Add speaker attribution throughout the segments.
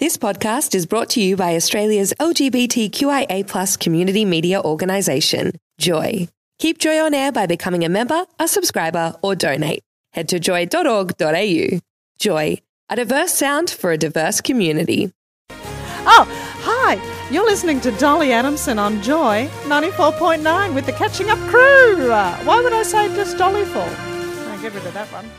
Speaker 1: This podcast is brought to you by Australia's LGBTQIA community media organisation, Joy. Keep Joy on air by becoming a member, a subscriber, or donate. Head to joy.org.au. Joy, a diverse sound for a diverse community.
Speaker 2: Oh, hi. You're listening to Dolly Adamson on Joy 94.9 with the Catching Up Crew. Uh, Why would I say just Dolly for? I'll get rid of that one.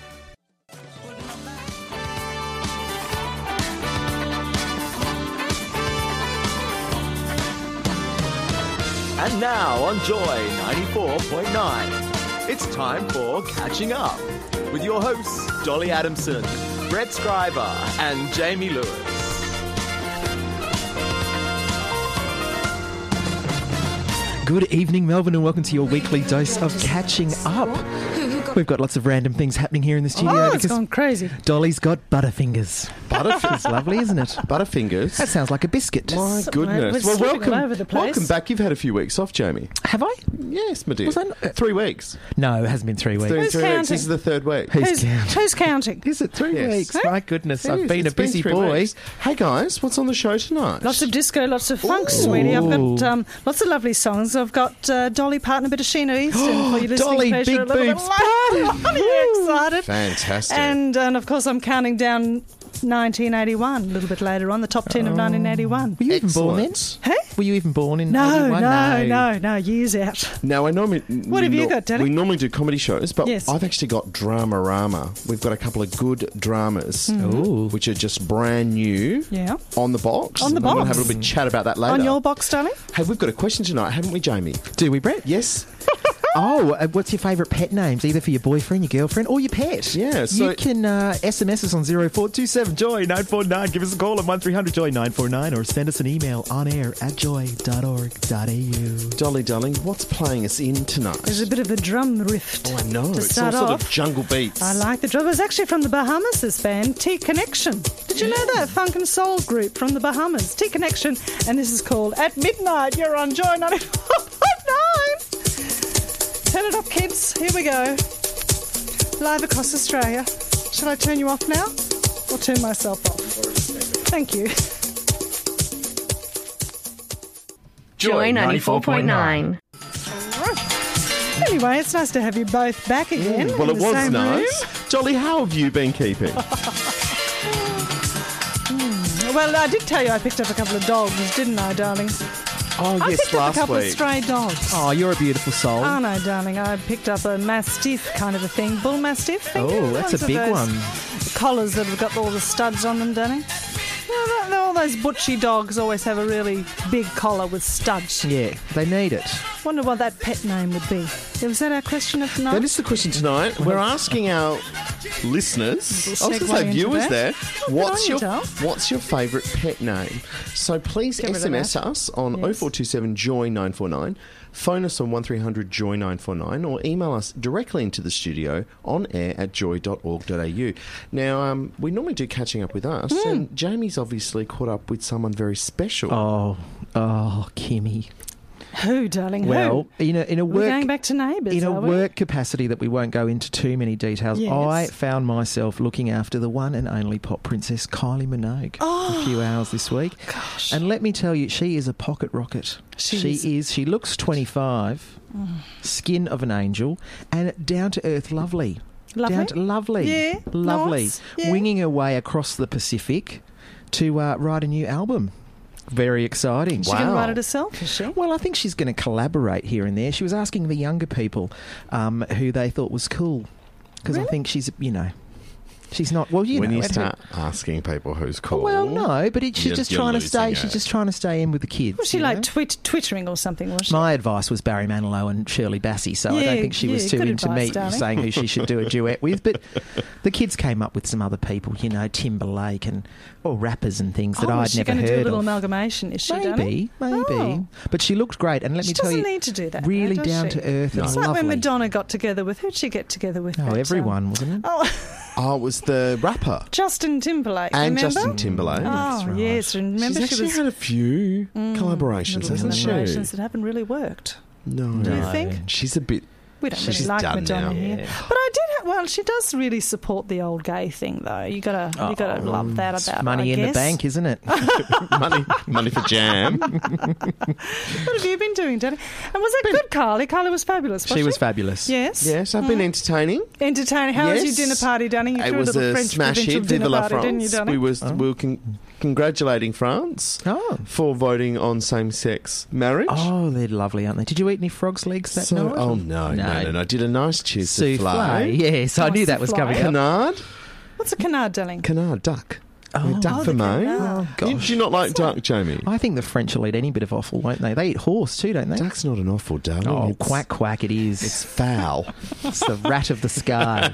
Speaker 3: And now on Joy 94.9, it's time for Catching Up with your hosts, Dolly Adamson, Brett Scriber, and Jamie Lewis.
Speaker 4: Good evening, Melbourne, and welcome to your weekly dose of catching up. We've got lots of random things happening here in the studio
Speaker 2: oh, it's
Speaker 4: because
Speaker 2: gone crazy.
Speaker 4: Dolly's got butterfingers. Butterfingers, lovely, isn't it?
Speaker 5: Butterfingers.
Speaker 4: That sounds like a biscuit.
Speaker 5: My
Speaker 2: Something like-
Speaker 5: goodness.
Speaker 2: we're
Speaker 5: Well,
Speaker 2: slipping
Speaker 5: welcome,
Speaker 2: all over the place.
Speaker 5: welcome back. You've had a few weeks off, Jamie.
Speaker 4: Have I?
Speaker 5: Yes, my dear.
Speaker 4: Was I not-
Speaker 5: three weeks.
Speaker 4: No, it hasn't been three
Speaker 5: It's been
Speaker 4: weeks.
Speaker 2: Who's
Speaker 5: three weeks.
Speaker 2: counting?
Speaker 5: This is the third week.
Speaker 4: Hey,
Speaker 2: Who's,
Speaker 4: Discount.
Speaker 2: who's counting?
Speaker 4: Is it three
Speaker 5: Yes.
Speaker 4: weeks?
Speaker 5: Huh?
Speaker 4: My goodness,
Speaker 5: It
Speaker 4: I've
Speaker 5: is.
Speaker 4: been
Speaker 5: It's
Speaker 4: a busy
Speaker 5: three
Speaker 4: boy.
Speaker 5: weeks. Hey guys, what's on the show tonight?
Speaker 2: Lots of disco, lots of funk, sweetie. I've got
Speaker 4: Ooh.
Speaker 2: um, lots of lovely songs. I've got uh, Dolly Parton, a bit of Sheena Easton for you listening
Speaker 4: Dolly
Speaker 2: pleasure
Speaker 4: Big
Speaker 2: a little bit
Speaker 4: Boobs
Speaker 2: later. Are you excited?
Speaker 5: fantastic.
Speaker 2: And, and of course, I'm counting down 1981 a little bit later on, the top 10 of 1981.
Speaker 4: Were Oh. you even born then?
Speaker 5: Excellent.
Speaker 2: Hey?
Speaker 4: Were you even born in
Speaker 2: No,
Speaker 4: 81?
Speaker 2: no, no, no, years out.
Speaker 5: Now I normally what
Speaker 2: have you got, Danny?
Speaker 5: We normally do comedy shows, but
Speaker 2: Yes.
Speaker 5: I've actually got Dramarama. We've got a couple of good dramas,
Speaker 4: Ooh.
Speaker 5: which are just brand new.
Speaker 2: Mm-hmm. Yeah.
Speaker 5: On the box.
Speaker 2: On the
Speaker 5: We're gonna
Speaker 2: box.
Speaker 5: have a little bit of chat about that later.
Speaker 2: On your box, darling?
Speaker 5: hey, we've got a question tonight, haven't we, Jamie?
Speaker 4: Do we, Brett?
Speaker 5: Yes.
Speaker 4: Oh, uh, what's your favourite pet names, either for your boyfriend, your girlfriend, or your pet?
Speaker 5: Yeah, so-
Speaker 4: you can uh, SMS us on 0427 Joy 949. Give us a call on 1300 Joy 949 or send us an email on air at joy.org.au.
Speaker 5: Dolly, darling, what's playing us in tonight?
Speaker 2: There's a bit of a drum rift.
Speaker 5: Oh, I know.
Speaker 2: To
Speaker 5: It's all
Speaker 2: start
Speaker 5: sort
Speaker 2: off.
Speaker 5: of jungle beats.
Speaker 2: I like the drum. It's actually from the Bahamas, this band, T Connection. Did you know that? Funk and soul group from the Bahamas, T Connection. And this is called At Midnight. You're on Joy 94.9. Turn it up, kids. Here we go. Live across Australia. Shall I turn you off now? Or turn myself off? Thank you.
Speaker 1: Joy 94.9.
Speaker 2: Anyway, it's nice to have you both back
Speaker 4: Mm,
Speaker 2: again.
Speaker 5: well,
Speaker 2: in
Speaker 5: it
Speaker 2: the
Speaker 5: was
Speaker 2: same room.
Speaker 5: nice. Dolly, how have you been keeping?
Speaker 2: Well, I did tell you I picked up a couple of dogs, didn't I, darling?
Speaker 5: Oh,
Speaker 2: I picked up a couple of stray dogs.
Speaker 4: Oh, you're a beautiful soul.
Speaker 2: Oh no, darling! I picked up a mastiff kind of a thing, bull mastiff. Thing.
Speaker 4: Oh, that's
Speaker 2: Ones
Speaker 4: a
Speaker 2: of
Speaker 4: big
Speaker 2: those
Speaker 4: one.
Speaker 2: Collars that have got all the studs on them, darling. No, no, no, all those butchy dogs always have a really big collar with studs.
Speaker 4: Yeah, they need it.
Speaker 2: Wonder what that pet name would be. Was that our question of the night?
Speaker 5: That is the question tonight. We're asking our listeners, I was going to
Speaker 2: segue
Speaker 5: say
Speaker 2: into
Speaker 5: viewers
Speaker 2: that.
Speaker 5: there,
Speaker 2: Oh, good on
Speaker 5: what's
Speaker 2: you,
Speaker 5: your
Speaker 2: Dal.
Speaker 5: what's your favourite pet name? So please
Speaker 2: Get rid of
Speaker 5: SMS
Speaker 2: that.
Speaker 5: us on 0427 Joy 949, phone us on 1300 Joy 949, or email us directly into the studio on air at joy.org.au. Now, um, we normally do catching up with us, and Jamie's obviously caught up with someone very special.
Speaker 4: Oh, oh, Kimmy.
Speaker 2: Who, darling?
Speaker 4: Well,
Speaker 2: who?
Speaker 4: in a, in a
Speaker 2: We're
Speaker 4: work
Speaker 2: going back to neighbours.
Speaker 4: in a
Speaker 2: are we?
Speaker 4: work capacity that we won't go into too many details,
Speaker 2: Yes.
Speaker 4: I found myself looking after the one and only pop princess Kylie Minogue for
Speaker 2: Oh.
Speaker 4: a few hours this week. Gosh. And let me tell you, she is a pocket rocket.
Speaker 2: She
Speaker 4: she
Speaker 2: is. Mm.
Speaker 4: is. She looks 25, skin of an angel, and down to earth, lovely.
Speaker 2: Lovely?
Speaker 4: Down to lovely.
Speaker 2: Yeah,
Speaker 4: Lovely.
Speaker 2: nice, yeah.
Speaker 4: Winging her way across the Pacific to uh, write a new album. Very exciting.
Speaker 2: She can
Speaker 5: Wow.
Speaker 2: write it herself, is she?
Speaker 4: Well, I think she's going to collaborate here and there. She was asking the younger people um, who they thought was cool because I think she's, you know, she's not. Well, you
Speaker 5: when
Speaker 4: know,
Speaker 5: you
Speaker 4: at her-
Speaker 5: start asking people who's cool,
Speaker 4: Well, no, but it, she's
Speaker 5: You're-
Speaker 4: just
Speaker 5: you're
Speaker 4: trying to
Speaker 5: losing
Speaker 4: stay.
Speaker 5: it.
Speaker 4: She's just trying to stay in with the kids.
Speaker 2: Was she
Speaker 4: you know?
Speaker 2: like twit- twittering or something? Was she?
Speaker 4: My advice was Barry Manilow and Shirley Bassey, so I
Speaker 2: Yeah,
Speaker 4: don't think she was
Speaker 2: yeah,
Speaker 4: too
Speaker 2: good
Speaker 4: into
Speaker 2: advice,
Speaker 4: me
Speaker 2: darling.
Speaker 4: saying who she should do a duet with. But the kids came up with some other people, you know, Timberlake and or rappers and things that
Speaker 2: oh,
Speaker 4: I'd
Speaker 2: is she
Speaker 4: never
Speaker 2: going to
Speaker 4: heard
Speaker 2: do a little
Speaker 4: of.
Speaker 2: amalgamation? Is she? darling?
Speaker 4: Maybe, maybe.
Speaker 2: Oh.
Speaker 4: But she looked great, and let
Speaker 2: She
Speaker 4: me tell
Speaker 2: doesn't
Speaker 4: you,
Speaker 2: need to do that, though,
Speaker 4: really
Speaker 2: does
Speaker 4: down
Speaker 2: she?
Speaker 4: to earth and
Speaker 2: It's
Speaker 4: lovely.
Speaker 2: like when Madonna got together with who'd she get together with?
Speaker 4: Oh,
Speaker 2: that,
Speaker 4: everyone,
Speaker 2: um,
Speaker 4: wasn't it?
Speaker 2: oh,
Speaker 5: Oh, it was the rapper
Speaker 2: Justin Timberlake.
Speaker 5: and
Speaker 2: remember?
Speaker 5: Justin Timberlake.
Speaker 2: Oh
Speaker 4: right.
Speaker 2: yes, remember
Speaker 5: She's actually
Speaker 2: she was
Speaker 5: had a few Mm,
Speaker 2: little
Speaker 5: collaborations, hasn't
Speaker 2: collaborations
Speaker 5: she?
Speaker 2: that haven't really worked.
Speaker 5: No.
Speaker 2: Do you think
Speaker 5: She's a bit.
Speaker 2: we don't
Speaker 5: She's
Speaker 2: really like
Speaker 5: done
Speaker 2: Madonna
Speaker 5: now.
Speaker 2: here?
Speaker 4: Yeah.
Speaker 2: But I did. Have, well, she does really support the old gay thing, though. You gotta, you gotta love that
Speaker 4: It's
Speaker 2: about her,
Speaker 4: money
Speaker 2: I
Speaker 4: in the
Speaker 2: guess.
Speaker 4: bank, isn't it?
Speaker 5: money, money for jam.
Speaker 2: What have you been doing, Danny? And was that good, Carly? Carly was fabulous. Was
Speaker 4: she was fabulous.
Speaker 2: Yes.
Speaker 5: yes, I've been entertaining.
Speaker 2: Entertaining. How was
Speaker 5: Yes.
Speaker 2: your dinner party, Danny? You
Speaker 5: it
Speaker 2: threw a
Speaker 5: was
Speaker 2: little
Speaker 5: Mm. a
Speaker 2: French
Speaker 5: smash
Speaker 2: provincial
Speaker 5: hit. Vive
Speaker 2: dinner
Speaker 5: la
Speaker 2: party,
Speaker 5: France!
Speaker 2: didn't you, Danny?
Speaker 5: we was we were con- congratulating France
Speaker 4: Oh.
Speaker 5: for voting on same-sex marriage.
Speaker 4: Oh, they're lovely, aren't they? Did you eat any frog's legs that
Speaker 5: So-
Speaker 4: night?
Speaker 5: oh no, no, no, no! I did a nice cheese
Speaker 4: Souffle.
Speaker 5: souffle.
Speaker 4: Yes, I
Speaker 2: Oh,
Speaker 4: knew that was
Speaker 2: souffle.
Speaker 4: coming up.
Speaker 5: Canard,
Speaker 2: What's a canard, darling?
Speaker 5: canard, duck. Oh,
Speaker 2: Oh,
Speaker 5: duck
Speaker 2: the
Speaker 5: for me.
Speaker 2: canard.
Speaker 5: You do you not like duck, Jamie?
Speaker 4: I think the French will eat any bit of offal, won't they? They eat horse too, don't they?
Speaker 5: Duck's not an awful darling.
Speaker 4: Oh,
Speaker 5: it's,
Speaker 4: quack quack! It
Speaker 5: It's
Speaker 4: is.
Speaker 5: foul.
Speaker 4: It's the rat of the sky.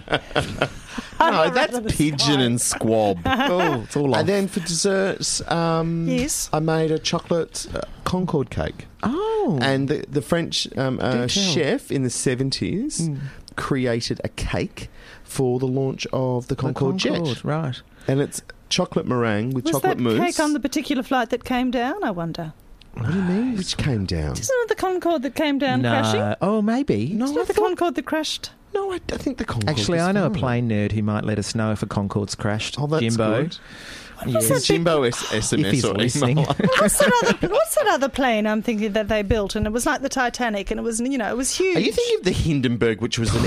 Speaker 5: no, that's pigeon and squab.
Speaker 4: oh, it's all
Speaker 5: and
Speaker 4: off.
Speaker 5: then for desserts, um,
Speaker 2: Yes.
Speaker 5: I made a chocolate uh, Concord cake.
Speaker 4: oh,
Speaker 5: And the, the French um, uh,
Speaker 4: tell.
Speaker 5: chef in the 70s created a cake for the launch of the
Speaker 4: the
Speaker 5: Concorde,
Speaker 4: Concorde,
Speaker 5: jet.
Speaker 4: right?
Speaker 5: And it's chocolate meringue with
Speaker 2: Was
Speaker 5: chocolate
Speaker 2: that
Speaker 5: mousse.
Speaker 2: cake on the particular flight that came down? I wonder.
Speaker 5: what do you mean? Which came down?
Speaker 2: Isn't it the Concorde that came down
Speaker 4: no.
Speaker 2: crashing?
Speaker 4: Oh, maybe.
Speaker 2: Isn't it the Concorde that crashed?
Speaker 5: No, I, I think the Concorde.
Speaker 4: Actually,
Speaker 5: was
Speaker 4: I know a
Speaker 5: fine.
Speaker 4: plane nerd who might let us know if a Concorde's crashed.
Speaker 5: Oh, that's
Speaker 4: Jimbo.
Speaker 5: good.
Speaker 4: Yes.
Speaker 5: Is Jimbo S- SMS
Speaker 4: if he's
Speaker 5: or
Speaker 4: listening.
Speaker 5: email?
Speaker 2: What's that other? What's that other plane? I'm thinking that they built, and it was like the Titanic, and it was you know it was huge.
Speaker 5: Are you thinking of the Hindenburg, which was an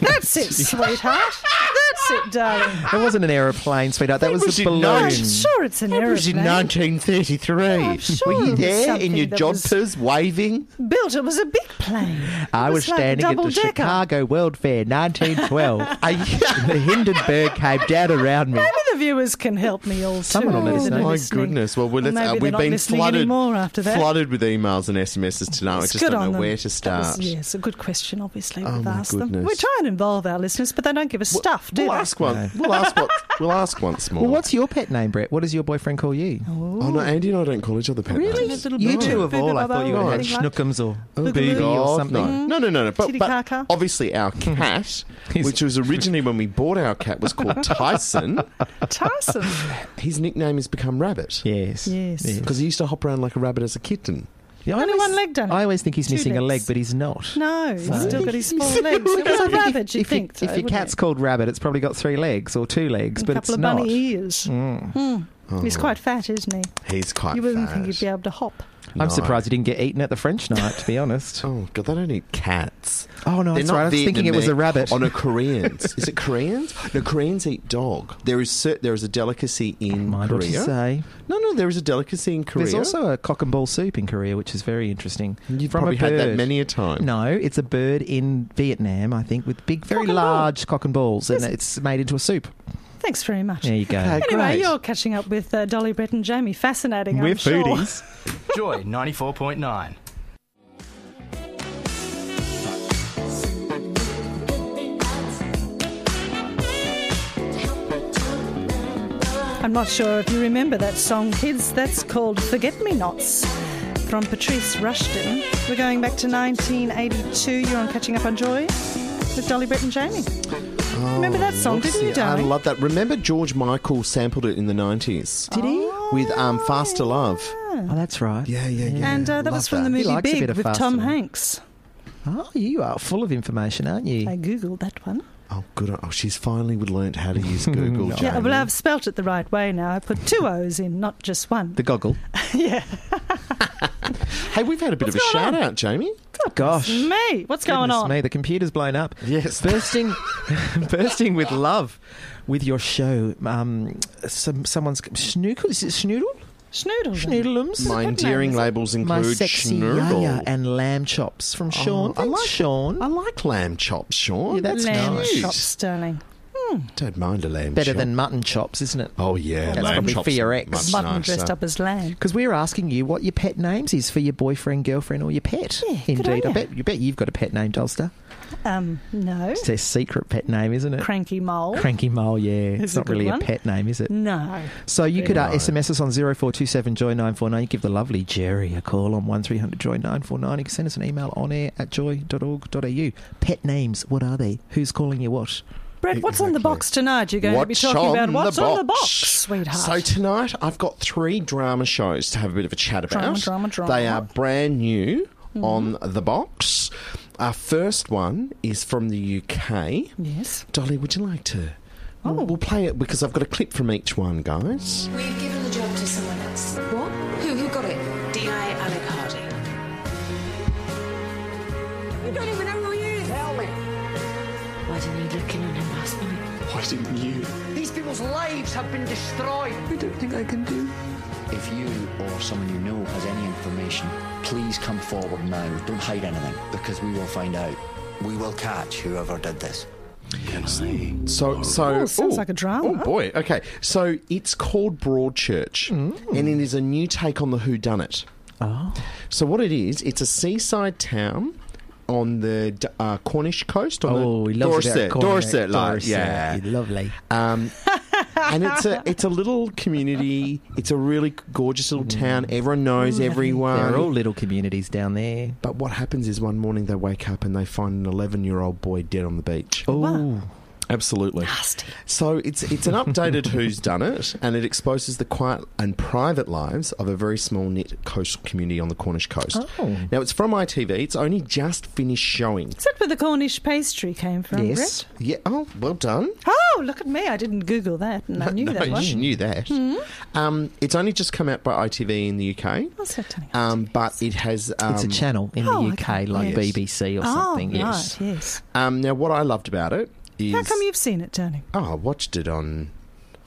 Speaker 2: That's it, sweetheart. That's it, darling.
Speaker 4: That wasn't an aeroplane, sweetheart. That was,
Speaker 5: was
Speaker 4: a
Speaker 5: in
Speaker 4: balloon.
Speaker 2: I'm
Speaker 5: Boom.
Speaker 2: sure it's an
Speaker 5: It
Speaker 2: aeroplane.
Speaker 5: was in 1933.
Speaker 2: I'm sure
Speaker 5: Were
Speaker 2: it
Speaker 5: you
Speaker 2: was
Speaker 5: there in
Speaker 2: something
Speaker 5: your
Speaker 2: that was-
Speaker 5: jodhpers waving?
Speaker 2: built. It was a big plane.
Speaker 4: I
Speaker 2: It
Speaker 4: was
Speaker 2: like a
Speaker 4: standing at the
Speaker 2: double-decker.
Speaker 4: Chicago World Fair, 1912.
Speaker 5: Are you-
Speaker 4: the Hindenburg came down around me.
Speaker 2: Maybe the viewers can help me all.
Speaker 4: Someone
Speaker 2: too,
Speaker 4: will let us
Speaker 2: that
Speaker 4: know.
Speaker 2: are
Speaker 5: My
Speaker 2: listening.
Speaker 5: goodness! Well,
Speaker 2: Or
Speaker 5: we're, let's,
Speaker 2: maybe
Speaker 5: uh,
Speaker 2: they're
Speaker 5: we've
Speaker 2: not
Speaker 5: been
Speaker 2: listening
Speaker 5: flooded,
Speaker 2: anymore after that.
Speaker 5: flooded with emails and SMSs tonight. I
Speaker 2: It's
Speaker 5: just
Speaker 2: good
Speaker 5: don't know
Speaker 2: on them.
Speaker 5: where to
Speaker 2: That was-
Speaker 5: start.
Speaker 2: yes, a good question. Obviously,
Speaker 5: Oh,
Speaker 2: we've
Speaker 5: my
Speaker 2: asked them.
Speaker 5: goodness.
Speaker 2: We try and involve our listeners, but they don't give us stuff, do
Speaker 5: We'll
Speaker 2: they?
Speaker 5: ask one. We'll ask what. We'll ask once more.
Speaker 4: Well, what's your pet name, Brett? What does your boyfriend call you?
Speaker 5: Oh no, Andy and I don't call each other pet
Speaker 4: Really?
Speaker 5: names.
Speaker 2: Little
Speaker 4: You
Speaker 2: boy.
Speaker 4: two of all, I thought you would have
Speaker 2: Anything like-
Speaker 4: Schnookums or
Speaker 5: Oh,
Speaker 4: Boogie or
Speaker 5: God,
Speaker 4: something.
Speaker 5: No, no, no, no. But, but
Speaker 2: Titicaca.
Speaker 5: obviously, our cat,
Speaker 4: He's-
Speaker 5: which was originally when we bought our cat, was called Tyson.
Speaker 2: Tyson.
Speaker 5: His nickname has become Rabbit
Speaker 4: Yes.
Speaker 2: Yes.
Speaker 5: because he used to hop around like a rabbit as a kitten.
Speaker 4: Yeah, I
Speaker 2: Only
Speaker 4: always-
Speaker 2: one leg done.
Speaker 4: I always think he's
Speaker 2: Two
Speaker 4: missing a leg,
Speaker 2: legs.
Speaker 4: but he's not.
Speaker 2: No, he's
Speaker 4: Fine.
Speaker 2: still got his four legs. It was a rabbit, you
Speaker 4: if,
Speaker 2: think.
Speaker 4: if,
Speaker 2: though,
Speaker 4: your
Speaker 2: wouldn't
Speaker 4: cat's
Speaker 2: it?
Speaker 4: called Rabbit, it's probably got three legs or two legs,
Speaker 2: And
Speaker 4: but
Speaker 2: a couple
Speaker 4: it's
Speaker 2: of
Speaker 4: not.
Speaker 2: bunny ears. Mm. He's quite fat, isn't he?
Speaker 5: He's quite.
Speaker 2: You wouldn't think
Speaker 5: fat.
Speaker 2: he'd be able to hop.
Speaker 4: I'm
Speaker 5: No.
Speaker 4: surprised he didn't get eaten at the French night, to be honest.
Speaker 5: Oh god, they don't eat cats.
Speaker 4: Oh
Speaker 5: They're
Speaker 4: no, that's
Speaker 5: not
Speaker 4: right. I was thinking it was a
Speaker 5: Vietnamese.
Speaker 4: rabbit.
Speaker 5: Oh no, Koreans. is it Koreans? No, Koreans eat dog. There is cer- there is a delicacy in
Speaker 4: Mind what you
Speaker 5: Korea.
Speaker 4: say.
Speaker 5: No, no, there is a delicacy in Korea.
Speaker 4: There's also a cock and ball soup in Korea, which is very interesting.
Speaker 5: You've
Speaker 4: From
Speaker 5: probably
Speaker 4: a
Speaker 5: had that
Speaker 4: bird.
Speaker 5: many a time.
Speaker 4: No, it's a bird in Vietnam, I think, with big, very
Speaker 2: Cock and ball.
Speaker 4: large cock and balls, and
Speaker 2: Yes.
Speaker 4: it's made into a soup.
Speaker 2: Thanks very much.
Speaker 4: There you go.
Speaker 5: Okay.
Speaker 2: Anyway,
Speaker 5: Great.
Speaker 2: you're catching up with uh, Dolly, Brett, and Jamie. Fascinating.
Speaker 4: We're
Speaker 2: I'm sure.
Speaker 4: foodies.
Speaker 6: Joy 94.9.
Speaker 2: I'm not sure if you remember that song, kids. That's called Forget Me Nots from Patrice Rushton. We're going back to 1982. You're on Catching Up on Joy with Dolly, Brett, and Jamie. remember that song, didn't you,
Speaker 5: Oopsie, I
Speaker 2: darling?
Speaker 5: love that. Remember George Michael sampled it in the nineties
Speaker 4: Did he?
Speaker 2: Oh,
Speaker 5: with um, "Faster Love."
Speaker 4: Oh, that's right.
Speaker 5: Yeah, yeah, yeah.
Speaker 2: and uh, that was
Speaker 5: Love
Speaker 2: from the
Speaker 4: He
Speaker 2: movie
Speaker 4: likes a
Speaker 2: Big
Speaker 4: bit of
Speaker 2: with
Speaker 4: fast
Speaker 2: Tom
Speaker 4: one.
Speaker 2: Hanks.
Speaker 4: Oh, you are full of information, aren't you?
Speaker 2: I googled that one.
Speaker 5: Oh, good. on- Oh, she's finally learned how to use Google.
Speaker 4: No.
Speaker 2: Yeah,
Speaker 5: Jamie.
Speaker 2: well, I've spelt it the right way now. I put two O's in, not just one.
Speaker 4: The goggle.
Speaker 2: yeah.
Speaker 5: Hey, we've had a bit of a shout out, Jamie.
Speaker 4: Gosh.
Speaker 2: Me. What's going
Speaker 4: Goodness
Speaker 2: on?
Speaker 4: Me, the computer's blown up.
Speaker 5: Yes.
Speaker 4: bursting, bursting with love, with your show. Um, some someone's snookle. Is it schnoodle?
Speaker 2: Schnoodle.
Speaker 4: Schnoodleums.
Speaker 5: My
Speaker 2: name,
Speaker 5: endearing
Speaker 2: isn't it?
Speaker 5: labels
Speaker 4: My
Speaker 5: include
Speaker 4: sexy
Speaker 5: Schnoodle.
Speaker 4: yaya and lamb chops
Speaker 2: Oh,
Speaker 4: from Sean.
Speaker 5: I
Speaker 4: Thanks,
Speaker 5: like-
Speaker 4: Sean.
Speaker 5: I like lamb chops, Sean.
Speaker 4: Yeah, Oh, that's
Speaker 2: Lamb
Speaker 4: nice.
Speaker 5: Jeez.
Speaker 2: chops, darling.
Speaker 5: Don't mind a lamb
Speaker 4: Better
Speaker 5: chop.
Speaker 4: than mutton chops, isn't it?
Speaker 5: Oh yeah,
Speaker 4: That's
Speaker 5: lamb
Speaker 4: probably
Speaker 5: chops
Speaker 4: for your
Speaker 5: are
Speaker 4: ex.
Speaker 5: much
Speaker 2: Mutton
Speaker 5: nicer.
Speaker 2: dressed up as lamb.
Speaker 4: Because we're asking you what your pet names is for your boyfriend, girlfriend, or your pet.
Speaker 2: Yeah, good
Speaker 4: Indeed,
Speaker 2: on
Speaker 4: I
Speaker 2: ya.
Speaker 4: bet you bet you've got a pet name, Dolster.
Speaker 2: Um, no.
Speaker 4: It's their secret pet name, isn't it?
Speaker 2: Cranky mole.
Speaker 4: Cranky mole. Yeah, it's
Speaker 2: a
Speaker 4: not
Speaker 2: good
Speaker 4: really
Speaker 2: one. Mm.
Speaker 4: a pet name, is it?
Speaker 2: no.
Speaker 4: So you could uh,
Speaker 5: Right.
Speaker 4: SMS us on 0427 Joy 949. Give the lovely Jerry a call on 1300 Joy 949. You can send us an email on air at joy.org.au. Pet names, what are they? Who's calling you what?
Speaker 2: Brett, what's on the
Speaker 5: Exactly.
Speaker 2: box tonight? You're going to be
Speaker 5: What's
Speaker 2: talking
Speaker 5: on
Speaker 2: about
Speaker 5: the
Speaker 2: what's on the
Speaker 5: box?
Speaker 2: box, sweetheart.
Speaker 5: So tonight I've got three drama shows to have a bit of a chat about.
Speaker 2: Drama, Mm-hmm. drama, drama.
Speaker 5: They are brand new. on the box. Our first one is from the UK.
Speaker 2: Yes.
Speaker 5: Dolly, would you like to?
Speaker 2: Oh.
Speaker 5: We'll, we'll play it because I've got a clip from each one, guys.
Speaker 7: We've given the job to someone else. What? Who, who got it? DI Alec Hardy. You don't even know who he is. Tell me. Why didn't you look in on him last night?
Speaker 8: Why didn't you?
Speaker 9: These people's lives have been destroyed.
Speaker 10: If you or someone you know has any information, please come forward now. Don't hide anything because we will find out. We will catch whoever did this.
Speaker 5: So, so
Speaker 2: Oh, sounds like a drama.
Speaker 5: Oh boy, okay. So it's called Broadchurch,
Speaker 2: Mm.
Speaker 5: and it is a new take on the Who Done It.
Speaker 4: Oh.
Speaker 5: So what it is, it's a seaside town on the D- uh, Cornish coast. On
Speaker 4: Oh,
Speaker 5: the
Speaker 4: we love
Speaker 5: Dorset,
Speaker 4: that. corner.
Speaker 5: Dorset, like, yeah.
Speaker 4: you lovely.
Speaker 5: Um, and it's a it's a little community. It's a really gorgeous little town. Everyone knows everyone.
Speaker 4: Mm. They're all little communities down there.
Speaker 5: but what happens is one morning they wake up and they find an 11 year old boy dead on the beach.
Speaker 4: Oh, Ah,
Speaker 5: Absolutely. So it's it's an updated Who's Done It, and it exposes the quiet and private lives of a very small knit coastal community on the Cornish coast.
Speaker 4: Oh.
Speaker 5: Now it's from ITV. It's only just finished showing.
Speaker 2: Is that where the Cornish pastry came from,
Speaker 4: yes.
Speaker 2: Brett?
Speaker 5: Yeah. Oh, well done.
Speaker 2: Oh, look at me. I didn't Google that, and I knew
Speaker 5: no,
Speaker 2: that Hmm?
Speaker 5: you
Speaker 2: one.
Speaker 5: knew that. Um, it's only just come out by ITV in the UK,
Speaker 2: What's that telling us?
Speaker 5: um, but it has. Um,
Speaker 4: It's a channel in
Speaker 2: oh,
Speaker 4: the UK,
Speaker 2: okay.
Speaker 4: like
Speaker 2: Yes.
Speaker 4: BBC or
Speaker 2: oh,
Speaker 4: something.
Speaker 2: right,
Speaker 4: Yes.
Speaker 2: yes.
Speaker 5: Um, now, what I loved about it is.
Speaker 2: How come you've seen it, Tony?
Speaker 5: Oh, I watched it on.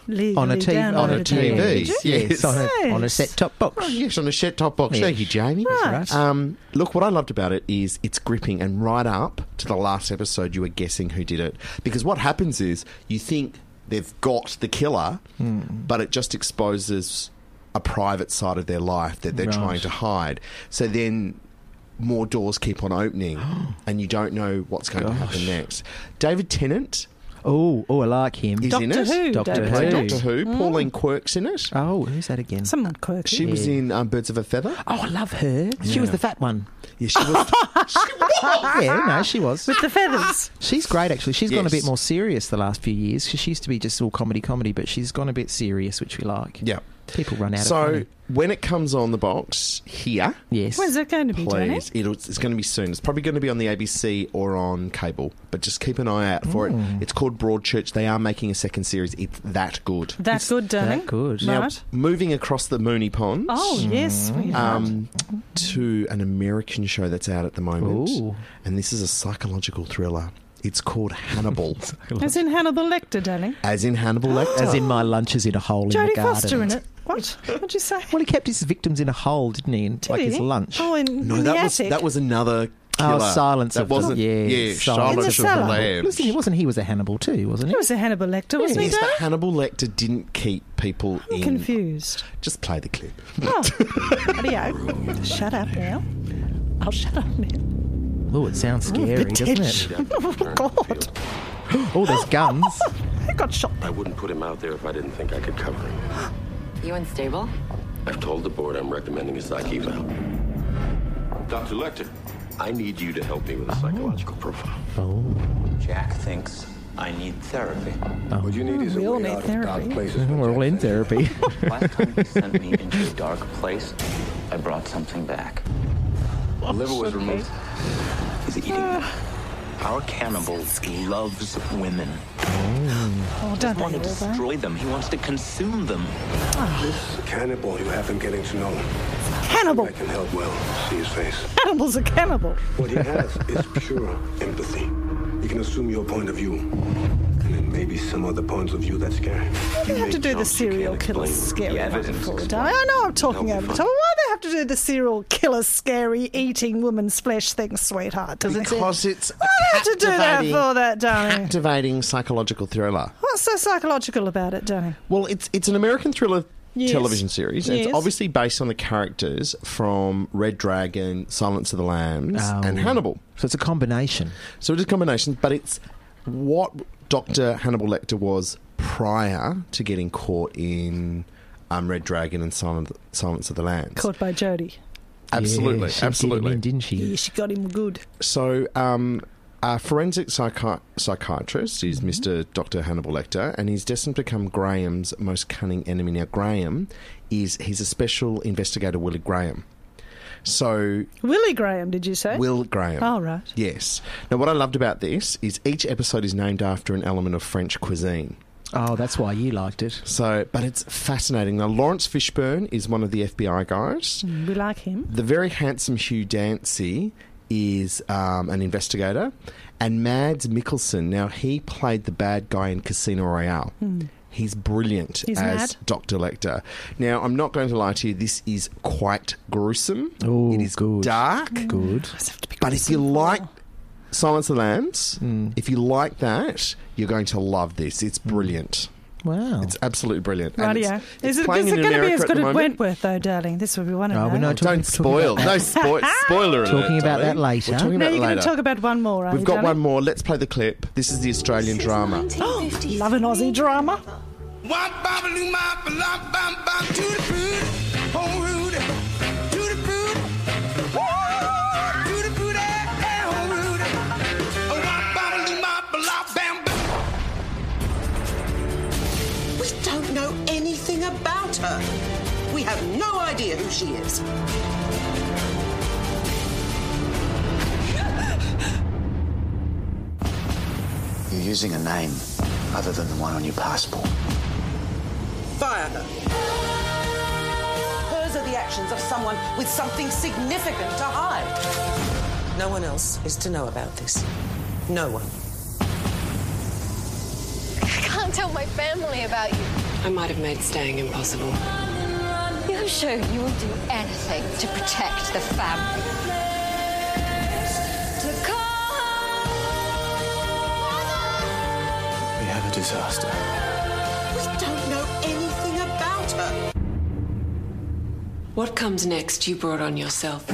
Speaker 2: Legally
Speaker 4: On a TV.
Speaker 5: on a
Speaker 2: downloaded
Speaker 5: TV.
Speaker 2: it.
Speaker 5: TV. Yes.
Speaker 4: yes. On, a, on a
Speaker 2: Yes.
Speaker 4: set top box.
Speaker 5: Oh, yes, on a set top box.
Speaker 4: Yeah.
Speaker 5: Thank you, Jamie.
Speaker 2: Right.
Speaker 5: Um, look, what I loved about it is it's gripping, and right up to the last episode, you were guessing who did it. Because what happens is you think they've got the killer,
Speaker 4: Mm.
Speaker 5: but it just exposes a private side of their life that they're
Speaker 4: Right.
Speaker 5: trying to hide. So then more doors keep on opening, and you don't know what's going to happen next. David Tennant
Speaker 4: Oh, oh, I like him.
Speaker 5: is in
Speaker 2: Doctor
Speaker 5: it.
Speaker 2: Who,
Speaker 4: Doctor
Speaker 2: David
Speaker 4: Who.
Speaker 5: Play
Speaker 2: Tennant.
Speaker 5: Doctor Who. Pauline Quirk's in it.
Speaker 4: Oh, who's that again?
Speaker 2: Someone quirky.
Speaker 5: She was in um, Birds of a Feather.
Speaker 4: Oh, I love her. She was the fat one.
Speaker 5: Yeah, she was.
Speaker 4: yeah, no, she was.
Speaker 2: With the feathers.
Speaker 4: She's great, actually. She's gone a
Speaker 5: Yes.
Speaker 4: bit more serious the last few years 'cause she used to be just all comedy, comedy, but she's gone a bit serious, which we like.
Speaker 5: yeah.
Speaker 4: People run out of
Speaker 5: So
Speaker 4: money.
Speaker 5: when it comes on the box here,
Speaker 4: Yes.
Speaker 2: When's it going to be, Tony?
Speaker 5: please, it'll, it's going to be soon. It's probably going to be on the ABC or on cable, but just keep an eye out for
Speaker 2: Mm.
Speaker 5: it. It's called Broadchurch. They are making a second series. It's that good.
Speaker 2: That's good, darling.
Speaker 4: that good. Mm-hmm.
Speaker 5: Now,
Speaker 2: Right.
Speaker 5: moving across the Mooney Ponds
Speaker 2: Oh, yes. we are.
Speaker 5: um, to an American show that's out at the moment,
Speaker 4: Ooh.
Speaker 5: and this is a psychological thriller. It's called Hannibal,
Speaker 2: As in Hannibal Lecter, darling.
Speaker 5: as in Hannibal
Speaker 2: Ah.
Speaker 5: Lecter.
Speaker 4: As in, my lunch is in a hole in the
Speaker 2: Jodie
Speaker 4: garden.
Speaker 2: Foster in it. What? What'd you say?
Speaker 4: Well, he kept his victims in a hole, didn't he? In, like
Speaker 2: Did
Speaker 4: his
Speaker 2: he?
Speaker 4: lunch.
Speaker 2: Oh, in,
Speaker 5: no,
Speaker 2: in the
Speaker 5: that was
Speaker 2: attic.
Speaker 5: that was another.
Speaker 4: Oh,
Speaker 5: killer.
Speaker 4: Silence
Speaker 5: that
Speaker 4: of the-
Speaker 5: wasn't
Speaker 4: yeah,
Speaker 5: yeah,
Speaker 4: Silence
Speaker 5: Silence
Speaker 2: of
Speaker 5: of
Speaker 2: the
Speaker 5: the
Speaker 2: Lambs.
Speaker 5: Lambs.
Speaker 4: Wasn't he, wasn't he was a Hannibal too, wasn't
Speaker 2: He
Speaker 4: he?
Speaker 2: was a Hannibal Lecter, wasn't he,
Speaker 5: Yes, but
Speaker 2: darling?
Speaker 5: Hannibal Lecter didn't keep people in.
Speaker 2: Confused.
Speaker 5: Just play the clip.
Speaker 2: Oh, Adio. Shut up now. I'll shut up now.
Speaker 4: Oh, it sounds scary, doesn't it?
Speaker 2: Oh, God.
Speaker 4: Oh, there's guns.
Speaker 2: I got shot.
Speaker 8: I wouldn't put him out there if I didn't think I could cover him.
Speaker 7: You unstable?
Speaker 8: I've told the board I'm recommending a psych eval. Dr. Lecter, I need you to help me with a psychological profile.
Speaker 2: Oh.
Speaker 10: Jack thinks I need therapy.
Speaker 8: What you need is
Speaker 2: We all need therapy.
Speaker 8: places.
Speaker 4: We're all in therapy.
Speaker 10: Last time you sent me into a dark place, I brought something back.
Speaker 8: The liver was removed.
Speaker 10: He's eating them.
Speaker 2: Uh,
Speaker 10: Our cannibal loves women.
Speaker 2: Oh, don't
Speaker 10: Want to
Speaker 2: they all, though?
Speaker 10: destroy them. He wants to consume them.
Speaker 7: Oh.
Speaker 8: Cannibal, you have him getting to know him.
Speaker 2: Cannibal.
Speaker 8: I can help well. See his face.
Speaker 2: Hannibal's a cannibal.
Speaker 8: What he has is pure empathy. He can assume your point of view. And then maybe some other points of view that scare him.
Speaker 2: Why do they have to do the serial killer scary? metaphor, darling? I know I'm talking over the top. Why do they have to do the serial killer scary eating woman's flesh thing, sweetheart?
Speaker 5: Because it's a
Speaker 2: I had to do that
Speaker 5: captivating,
Speaker 2: for that, darling.
Speaker 5: captivating psychological thriller.
Speaker 2: What's so psychological about it, darling?
Speaker 5: Well, it's it's an American thriller
Speaker 2: Yes.
Speaker 5: television series. and
Speaker 2: Yes.
Speaker 5: It's obviously based on the characters from Red Dragon, Silence of the Lambs,
Speaker 4: Oh.
Speaker 5: and Hannibal.
Speaker 4: so it's a combination.
Speaker 5: So it is a combination, but it's what Dr. Hannibal Lecter was prior to getting caught in um, Red Dragon and Silence, Silence of the Lambs.
Speaker 2: Caught by Jodie.
Speaker 5: Absolutely,
Speaker 4: Yeah, she did him
Speaker 5: absolutely.
Speaker 4: in, didn't she?
Speaker 2: Yeah, she got him good.
Speaker 5: So, um, a forensic psychi- psychiatrist
Speaker 2: Mm-hmm.
Speaker 5: is Mr. Dr. Hannibal Lecter, and he's destined to become Graham's most cunning enemy. Now, Graham is he's a special investigator, Willie Graham. So
Speaker 2: Willie Graham, did you say?
Speaker 5: Will Graham.
Speaker 2: Oh, right.
Speaker 5: Yes. Now, what I loved about this is each episode is named after an element of French cuisine.
Speaker 4: Oh, that's why you liked it.
Speaker 5: So, but it's fascinating. Now, Lawrence Fishburne is one of the FBI guys.
Speaker 2: Mm, We like him.
Speaker 5: The very handsome Hugh Dancy is um, an investigator, and Mads Mikkelsen. Now, he played the bad guy in Casino Royale. He's brilliant
Speaker 2: Hmm. He's
Speaker 5: as
Speaker 2: mad.
Speaker 5: Dr. Lecter. Now, I'm not going to lie to you, this is quite gruesome.
Speaker 4: Oh,
Speaker 5: it is
Speaker 4: good.
Speaker 5: dark.
Speaker 2: Hmm.
Speaker 4: Good.
Speaker 5: But if you like Silence of the Lambs, if you like that, you're going to love this. It's brilliant.
Speaker 4: Wow.
Speaker 5: It's absolutely brilliant. And
Speaker 2: Radio.
Speaker 5: it's- it's
Speaker 2: Is it,
Speaker 5: playing
Speaker 2: is it
Speaker 5: in
Speaker 2: going to be
Speaker 5: America
Speaker 2: as
Speaker 5: at the
Speaker 2: good as
Speaker 5: moment.
Speaker 2: Wentworth, though, darling? This would be one of
Speaker 4: No, we're
Speaker 2: those.
Speaker 4: not talking-
Speaker 5: Don't spoil.
Speaker 4: talking
Speaker 5: No spo- spoiler alert.
Speaker 4: Talking about that
Speaker 5: darling.
Speaker 4: later.
Speaker 5: We're talking
Speaker 2: No,
Speaker 5: about
Speaker 2: you're
Speaker 5: that
Speaker 2: going to
Speaker 5: later.
Speaker 2: talk about one more, are
Speaker 5: We've
Speaker 2: you,
Speaker 5: got one
Speaker 2: darling?
Speaker 5: more. Let's play the clip. This is the Australian drama.
Speaker 2: Love an
Speaker 5: Mm.
Speaker 2: Aussie drama.
Speaker 11: We don't know anything about her. We have no idea who she is.
Speaker 10: You're using a name other than the one on your passport.
Speaker 11: Fire her. Hers are the actions of someone with something significant to hide. No one else is to know about this. No one.
Speaker 12: I can't tell my family about you.
Speaker 7: I might have made staying impossible.
Speaker 12: You show you will do anything to protect the family.
Speaker 10: We have a disaster.
Speaker 11: We don't know anything about her.
Speaker 7: What comes next you brought on yourself.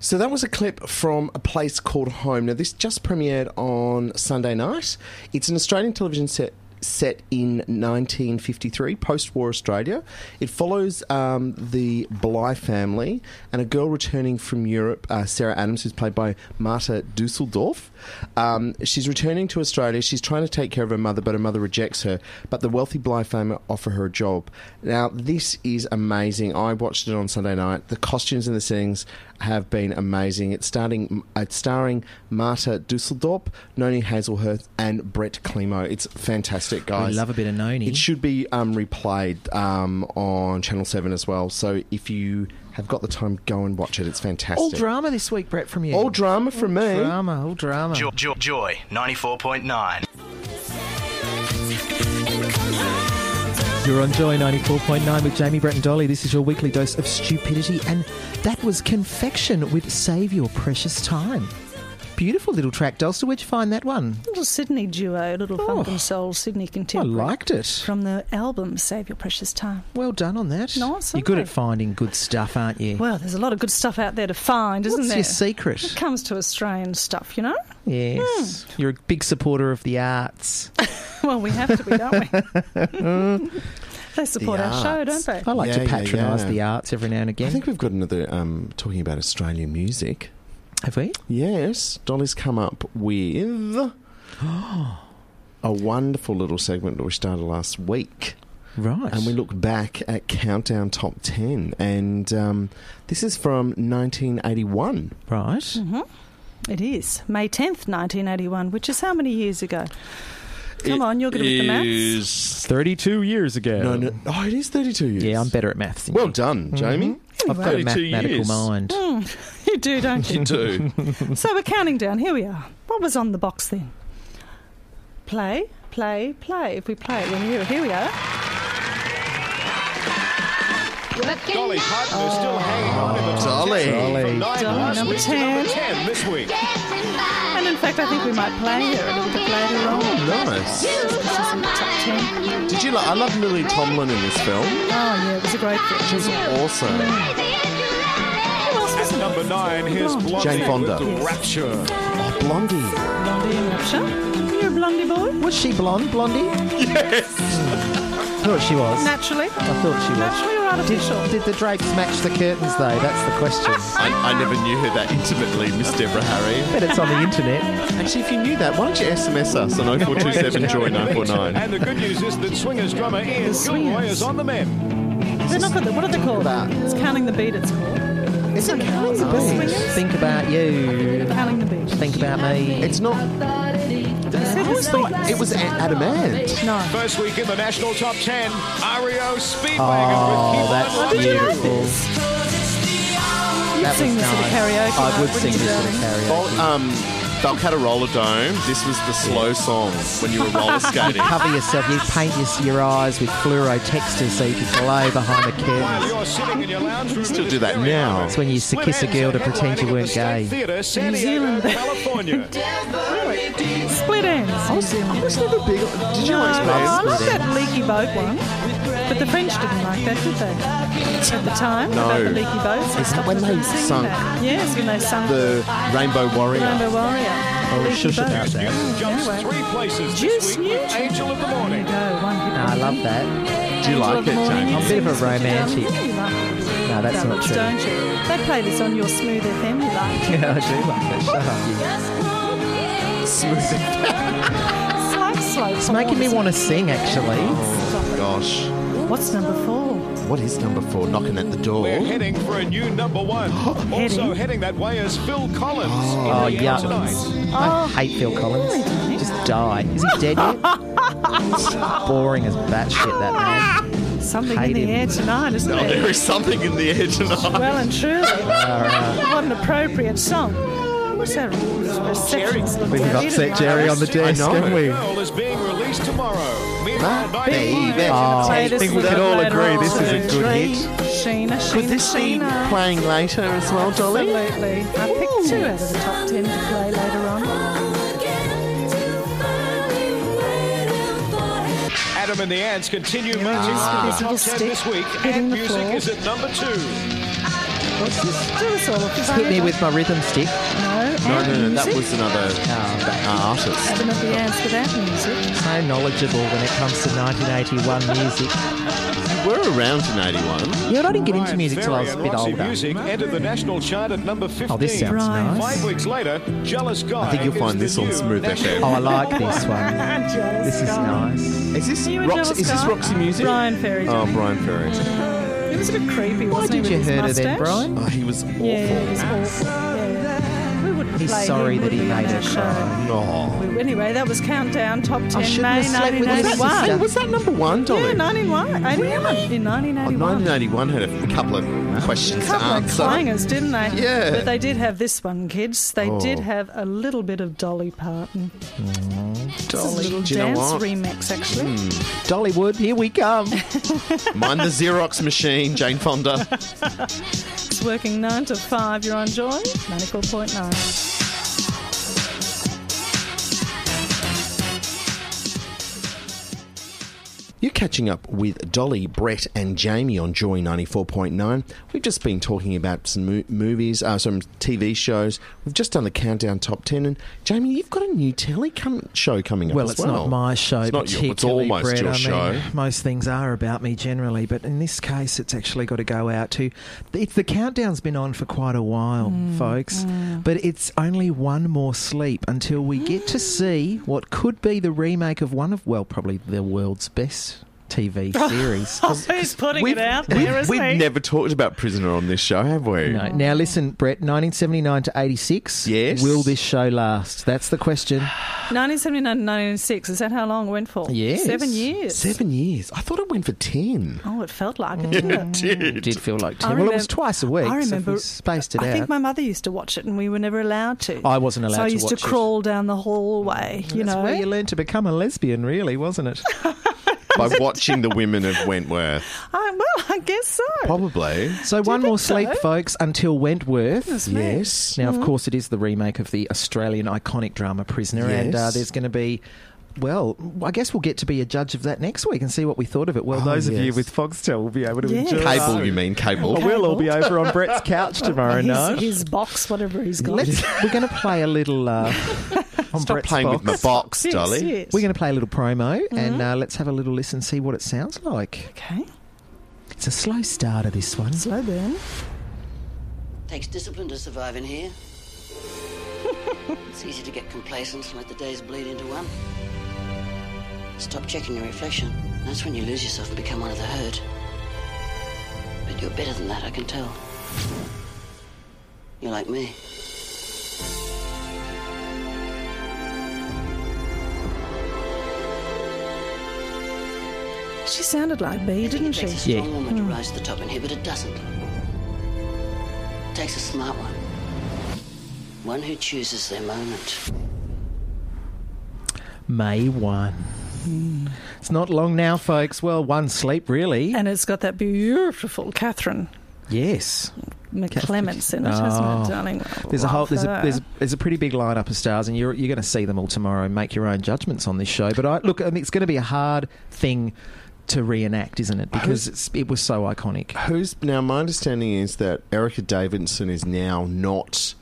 Speaker 5: So that was a clip from a place called Home. Now this just premiered on Sunday night. It's an Australian television set set in 1953, post-war Australia. It follows um, the Bly family and a girl returning from Europe, uh, Sarah Adams, who's played by Marta Dusseldorf. Um, she's returning to Australia. She's trying to take care of her mother, but her mother rejects her. But the wealthy Bly family offer her a job. Now this is amazing. I watched it on Sunday night. The costumes and the settings have been amazing. It's starting. It's starring Marta Dusseldorp, Noni Hazelhurst, and Brett Klimo. It's fantastic, guys.
Speaker 4: We love a bit of Noni.
Speaker 5: It should be um, replayed um, on Channel Seven as well. So if you have got the time, go and watch it. It's fantastic.
Speaker 4: All drama this week, Brett, from you.
Speaker 5: All drama from me.
Speaker 4: Drama, all drama.
Speaker 6: Jo- jo- joy 94.9.
Speaker 4: You're on Joy 94.9 with Jamie, Brett, and Dolly. This is your weekly dose of stupidity, and that was Confection with Save Your Precious Time. Beautiful little track, Dulster. Where'd you find that one?
Speaker 2: Little Sydney duo, little
Speaker 5: Oh.
Speaker 2: funk and soul Sydney
Speaker 4: I
Speaker 2: contemporary.
Speaker 4: liked it.
Speaker 2: From the album Save Your Precious Time.
Speaker 4: Well done on that.
Speaker 2: Nice,
Speaker 4: You're good
Speaker 2: aren't
Speaker 4: at
Speaker 2: I?
Speaker 4: finding good stuff, aren't you?
Speaker 2: Well, there's a lot of good stuff out there to find, isn't
Speaker 4: What's
Speaker 2: there?
Speaker 4: your secret?
Speaker 2: It comes to Australian stuff, you know?
Speaker 4: Yes.
Speaker 2: Hmm.
Speaker 4: You're a big supporter of the arts.
Speaker 2: Well, we have to be, don't we? they support
Speaker 5: The
Speaker 2: our show, don't
Speaker 5: arts.
Speaker 2: they?
Speaker 4: I like
Speaker 5: Yeah,
Speaker 4: to
Speaker 5: yeah,
Speaker 4: patronise
Speaker 5: yeah.
Speaker 4: the arts every now and again.
Speaker 5: I think we've got another um, talking about Australian music.
Speaker 4: Have we?
Speaker 5: Yes, Dolly's come up with a wonderful little segment that we started last week.
Speaker 4: Right.
Speaker 5: And we look back at Countdown Top 10. And um, this is from 1981.
Speaker 4: right.
Speaker 5: Mm-hmm.
Speaker 2: It is May 10th, 1981, which is how many years ago? Come on, you're good with the maths.
Speaker 4: 32 years ago.
Speaker 5: No, no. Oh, it is 32 years.
Speaker 4: Yeah, I'm better at maths than
Speaker 5: Well
Speaker 4: you.
Speaker 5: done, Jamie.
Speaker 4: I've got a
Speaker 13: 32
Speaker 4: mathematical
Speaker 13: years.
Speaker 4: mind.
Speaker 5: Hmm.
Speaker 2: You do, don't you?
Speaker 13: You do.
Speaker 2: so we're counting down. Here we are. What was on the box then? Play, play, play. If we play it, then here, here we are.
Speaker 13: Dolly Parton is still hanging on in the top
Speaker 5: Dolly.
Speaker 13: 10 from
Speaker 5: Dolly.
Speaker 13: nine
Speaker 2: Dolly,
Speaker 13: last
Speaker 2: number
Speaker 13: week to number
Speaker 2: 10.
Speaker 13: 10 this week.
Speaker 2: And in fact, I think we might play Oh, here a little bit later on.
Speaker 5: Nice.
Speaker 2: Top 10.
Speaker 5: Did you like? I love Lily Tomlin in this film.
Speaker 2: Oh, yeah, it was a great
Speaker 5: She was awesome.
Speaker 2: Who else was in it?
Speaker 13: Number nine, here's
Speaker 2: Blonde.
Speaker 13: Blondie
Speaker 5: Jane Fonda.
Speaker 13: with the Rapture.
Speaker 5: Oh, Blondie.
Speaker 2: Blondie in Rapture. You're a blondie boy?
Speaker 4: Was she blonde, blondie? Yes. I thought she was.
Speaker 2: Naturally.
Speaker 4: I thought she was.
Speaker 2: Naturally or artificial?
Speaker 4: Did, did the drapes match the curtains, though? That's the question.
Speaker 3: I, I never knew her that intimately, Miss Deborah Harry.
Speaker 4: But it's on the internet.
Speaker 5: Actually, if you knew that, why don't you SMS us on 0427 Joy 949?
Speaker 13: And the good news is that swingers drummer Ian
Speaker 2: swingers.
Speaker 13: Gilroy is on the mend.
Speaker 2: They're not called. that- What are they called? It's counting the beat. It's called. It's not counting the beat.
Speaker 4: Think about you.
Speaker 2: Counting the beat.
Speaker 4: Think about me.
Speaker 5: It's not.
Speaker 2: I always thought
Speaker 5: it was Adamant.
Speaker 2: No.
Speaker 13: First week in the national top ten, REO Speedwagon
Speaker 4: Oh,
Speaker 13: with Keep
Speaker 4: that's
Speaker 13: On Lovin' You.
Speaker 4: beautiful.
Speaker 2: You'd
Speaker 4: That
Speaker 2: sing
Speaker 4: was
Speaker 2: this at
Speaker 4: nice.
Speaker 2: a karaoke.
Speaker 4: I
Speaker 2: night,
Speaker 4: would
Speaker 2: wouldn't
Speaker 4: sing
Speaker 2: you,
Speaker 4: this at a
Speaker 2: darling?
Speaker 4: karaoke.
Speaker 14: Bol- um, Balcata Roller Dome. This was the slow song when you were roller
Speaker 4: You
Speaker 14: skating.
Speaker 4: cover yourself. You paint your, your eyes with fluoro textures so you can glow behind the curtains.
Speaker 13: You're sitting in your lounge room.
Speaker 14: Still do that now.
Speaker 4: That's when you used to kiss a girl to pretend you weren't gay.
Speaker 13: Theatre, San Diego, California.
Speaker 2: Split ends. I
Speaker 5: was, I was never big. Did you
Speaker 2: no,
Speaker 5: like split
Speaker 2: I
Speaker 5: ends?
Speaker 2: like that leaky boat one. But the French didn't like that, did they? At the time,
Speaker 5: No.
Speaker 2: about the leaky boats.
Speaker 5: Is that when they
Speaker 2: Didn't sing
Speaker 5: sunk
Speaker 2: that. Yes, when they sunk
Speaker 5: The Rainbow Warrior.
Speaker 2: Rainbow Warrior.
Speaker 5: Oh,
Speaker 2: Leaky
Speaker 5: shush
Speaker 2: boat.
Speaker 5: about that.
Speaker 13: Jumps
Speaker 2: Anyway.
Speaker 13: three places this week with Angel of the Morning.
Speaker 2: There you go, one hit
Speaker 4: No, I love that.
Speaker 2: Do you like it, Jamie?
Speaker 4: I'm a bit of a romantic.
Speaker 2: romantic.
Speaker 4: No, that's not true.
Speaker 2: Don't you? They play this on your smooth FM, you like.
Speaker 4: Yeah, I do like it. Shut up,
Speaker 2: It's like slow.
Speaker 4: you. It's making me want to sing, actually.
Speaker 5: Oh, gosh.
Speaker 2: What's number four?
Speaker 5: What is number four? Knocking at the door.
Speaker 13: We're heading for a new number one. also heading that way is Phil Collins.
Speaker 4: Oh,
Speaker 13: in the air
Speaker 4: yeah.
Speaker 13: Tonight.
Speaker 4: I hate Phil Collins. Just die. Is he dead yet? Boring as batshit, that man.
Speaker 2: Something
Speaker 4: Hate
Speaker 2: in the
Speaker 4: him.
Speaker 2: air tonight, isn't
Speaker 14: Oh,
Speaker 2: it?
Speaker 14: there is something in the air tonight.
Speaker 2: Well and truly. what an appropriate song. What's that? Reception's looked
Speaker 4: We've
Speaker 2: at.
Speaker 4: upset Jerry on the desk,
Speaker 5: I know.
Speaker 4: haven't we?
Speaker 13: Girl is being released tomorrow. Meanwhile,
Speaker 5: Ah,
Speaker 13: Nigel-
Speaker 5: baby.
Speaker 4: Oh,
Speaker 2: Play
Speaker 4: I
Speaker 2: this
Speaker 4: think we
Speaker 2: little
Speaker 4: can all
Speaker 2: later
Speaker 4: agree
Speaker 2: on.
Speaker 4: this is a good hit.
Speaker 2: Sheena, Sheena,
Speaker 5: Could this be
Speaker 2: Sheena.
Speaker 5: playing later as well, Dolly?
Speaker 2: Absolutely. I picked two out of the top ten to play later on.
Speaker 13: Adam and the Ants continue
Speaker 2: Here it is
Speaker 13: marching
Speaker 2: with
Speaker 13: through
Speaker 2: his
Speaker 13: the
Speaker 2: little
Speaker 13: top ten this
Speaker 2: stick
Speaker 13: week.
Speaker 2: hitting
Speaker 13: And
Speaker 2: the
Speaker 13: music
Speaker 2: floor.
Speaker 13: is at number two.
Speaker 2: What's this? Do us all a
Speaker 4: Just hit me
Speaker 2: favour.
Speaker 4: with my rhythm stick.
Speaker 2: No,
Speaker 5: No,
Speaker 2: and
Speaker 5: no, no. That
Speaker 2: music.
Speaker 5: was another uh, artist.
Speaker 2: Adam of the Ants with that music.
Speaker 4: So knowledgeable when it comes to 1981 music.
Speaker 5: We're around in 81.
Speaker 4: Yeah, but I didn't get into
Speaker 13: Brian
Speaker 4: music till I
Speaker 13: Ferry
Speaker 4: was a
Speaker 13: and
Speaker 4: bit
Speaker 13: Roxy
Speaker 4: older.
Speaker 13: Music entered the national chart at number 15.
Speaker 4: Oh, this sounds
Speaker 2: Brian.
Speaker 4: nice.
Speaker 13: Five weeks later, Jealous Guy.
Speaker 5: I think you'll
Speaker 13: is
Speaker 5: find
Speaker 13: the
Speaker 5: this on
Speaker 13: new
Speaker 5: Smooth
Speaker 13: national
Speaker 5: FM.
Speaker 4: Oh, I like this one.
Speaker 2: Jealous
Speaker 4: This is
Speaker 2: guy.
Speaker 4: nice.
Speaker 5: Is this
Speaker 2: Are you a
Speaker 5: Roxy?
Speaker 2: jealous
Speaker 5: Is this
Speaker 2: guy?
Speaker 5: Roxy music?
Speaker 2: Brian Ferry.
Speaker 5: Oh,
Speaker 2: darling.
Speaker 5: Brian Ferry.
Speaker 2: It was a bit creepy,
Speaker 4: Why
Speaker 2: wasn't
Speaker 4: did
Speaker 2: he,
Speaker 4: you
Speaker 2: with his
Speaker 4: hurt her
Speaker 2: mustache?
Speaker 4: then, Brian?
Speaker 5: Oh, he was awful.
Speaker 2: Yeah, it was awful. Yeah. We wouldn't
Speaker 4: He's
Speaker 2: play
Speaker 4: sorry
Speaker 2: him,
Speaker 4: that
Speaker 2: would
Speaker 4: he
Speaker 2: we, on
Speaker 4: made
Speaker 2: our
Speaker 4: her cry.
Speaker 5: Oh.
Speaker 2: show? Anyway, that was Countdown Top 10
Speaker 4: I shouldn't
Speaker 2: May
Speaker 4: have slept with his
Speaker 2: 1981.
Speaker 4: sister.
Speaker 5: Was that number one, Dolly?
Speaker 2: Yeah, 91. 81. In
Speaker 5: Oh,
Speaker 2: 1981.
Speaker 5: 1981 had a couple of questions to
Speaker 2: couple of
Speaker 5: answer.
Speaker 2: clangers, didn't they?
Speaker 5: Yeah.
Speaker 2: But they did have this one, kids. They
Speaker 5: Oh.
Speaker 2: did have a little bit of Dolly Parton. This is a little
Speaker 5: Do you know
Speaker 2: dance
Speaker 5: what?
Speaker 2: remix, actually.
Speaker 4: Hmm. Dollywood, here we come.
Speaker 5: Mind the Xerox machine, Jane Fonda.
Speaker 2: It's working 9 to 5. You're on Joy 94.9.
Speaker 5: You're catching up with Dolly, Brett, and Jamie on Joy 94.9. We've just been talking about some mo- movies, uh, some TV shows. We've just done the Countdown Top 10. And Jamie, you've got a new telly com- show coming up
Speaker 4: Well,
Speaker 5: as
Speaker 4: it's
Speaker 5: well.
Speaker 4: not my show.
Speaker 5: It's not your- it's
Speaker 4: particularly,
Speaker 5: almost
Speaker 4: Brett.
Speaker 5: your
Speaker 4: I mean,
Speaker 5: show.
Speaker 4: Most things are about me generally, but in this case, it's actually got to go out to. It's the countdown's been on for quite a while,
Speaker 2: Mm,
Speaker 4: folks. But it's only one more sleep until we get to see what could be the remake of one of, well, probably the world's best TV series.
Speaker 2: Oh, Who's putting
Speaker 5: We've-
Speaker 2: it out there,
Speaker 5: we've,
Speaker 2: isn't
Speaker 5: we've
Speaker 2: he?
Speaker 5: never talked about Prisoner on this show, have we?
Speaker 4: No. Now listen, Brett. 1979 to 86.
Speaker 5: Yes.
Speaker 4: Will this show last? That's the question.
Speaker 2: 1979 to 1996. Is that how long it went for?
Speaker 4: Yes.
Speaker 2: Seven years.
Speaker 5: Seven years. I thought it went for 10.
Speaker 2: Oh, it felt like it, didn't it?
Speaker 4: It did feel like
Speaker 2: I
Speaker 4: 10. well, it was
Speaker 2: remem-
Speaker 4: twice a week.
Speaker 2: I
Speaker 4: so if
Speaker 2: remember.
Speaker 4: we spaced it
Speaker 2: I
Speaker 4: out.
Speaker 2: think my mother used to watch it, and we were never allowed to.
Speaker 4: I wasn't allowed
Speaker 2: So I
Speaker 4: to
Speaker 2: used to
Speaker 4: watch it.
Speaker 2: crawl down the hallway. You
Speaker 4: That's
Speaker 2: know,
Speaker 4: where you learned to become a lesbian, really, wasn't it?
Speaker 5: By watching the women of Wentworth.
Speaker 2: I, well, I guess so.
Speaker 5: Probably.
Speaker 4: So one more
Speaker 2: think so? Mm-hmm.
Speaker 4: sleep, folks, until Wentworth.
Speaker 5: Yes.
Speaker 4: Now, of course, it is the remake of the Australian iconic drama Prisoner, and uh,
Speaker 5: Yes.
Speaker 4: there's going to be. Well, I guess we'll get to be a judge of that next week and see what we thought of it. Well,
Speaker 5: Oh,
Speaker 4: those of you
Speaker 5: yes.
Speaker 4: with Foxtel will be able to
Speaker 2: Yes.
Speaker 4: enjoy. it.
Speaker 5: Cable, you mean
Speaker 2: Oh,
Speaker 5: cable.
Speaker 4: Well, we'll all be over on Brett's couch tomorrow
Speaker 2: his,
Speaker 4: night.
Speaker 2: his box, whatever he's got.
Speaker 4: Let's, we're going to play a little. Uh, on
Speaker 5: Stop
Speaker 4: Brett's
Speaker 5: playing
Speaker 4: box.
Speaker 5: with my box,
Speaker 2: Yes,
Speaker 5: Dolly.
Speaker 2: yes.
Speaker 4: We're going to play a little promo and uh, let's have a little listen, see what it sounds like.
Speaker 2: okay.
Speaker 4: It's a slow starter, this one.
Speaker 2: Slow burn.
Speaker 15: Takes discipline to survive in here. it's easy to get complacent and let the days bleed into one. Stop checking your reflection. That's when you lose yourself and become one of the herd. But you're better than that, I can tell. You're like me.
Speaker 2: She sounded like B, didn't she?
Speaker 15: It takes a strong woman to rise to the top in here, but it doesn't. It takes a smart one. One who chooses their moment.
Speaker 4: May 1. It's not long now, folks. Well, one sleep, really.
Speaker 2: And it's got that beautiful Catherine
Speaker 4: Yes.
Speaker 2: McClements in it, hasn't it, darling?
Speaker 4: Oh. There's a
Speaker 2: Love
Speaker 4: whole there's a,
Speaker 2: her.
Speaker 4: there's, there's a pretty big lineup of stars, and you're you're going to see them all tomorrow and make your own judgments on this show. But I look, I mean, it's going to be a hard thing to reenact, isn't it? Because it's, it was so iconic.
Speaker 5: Who's now? My understanding is that Erica Davidson is now not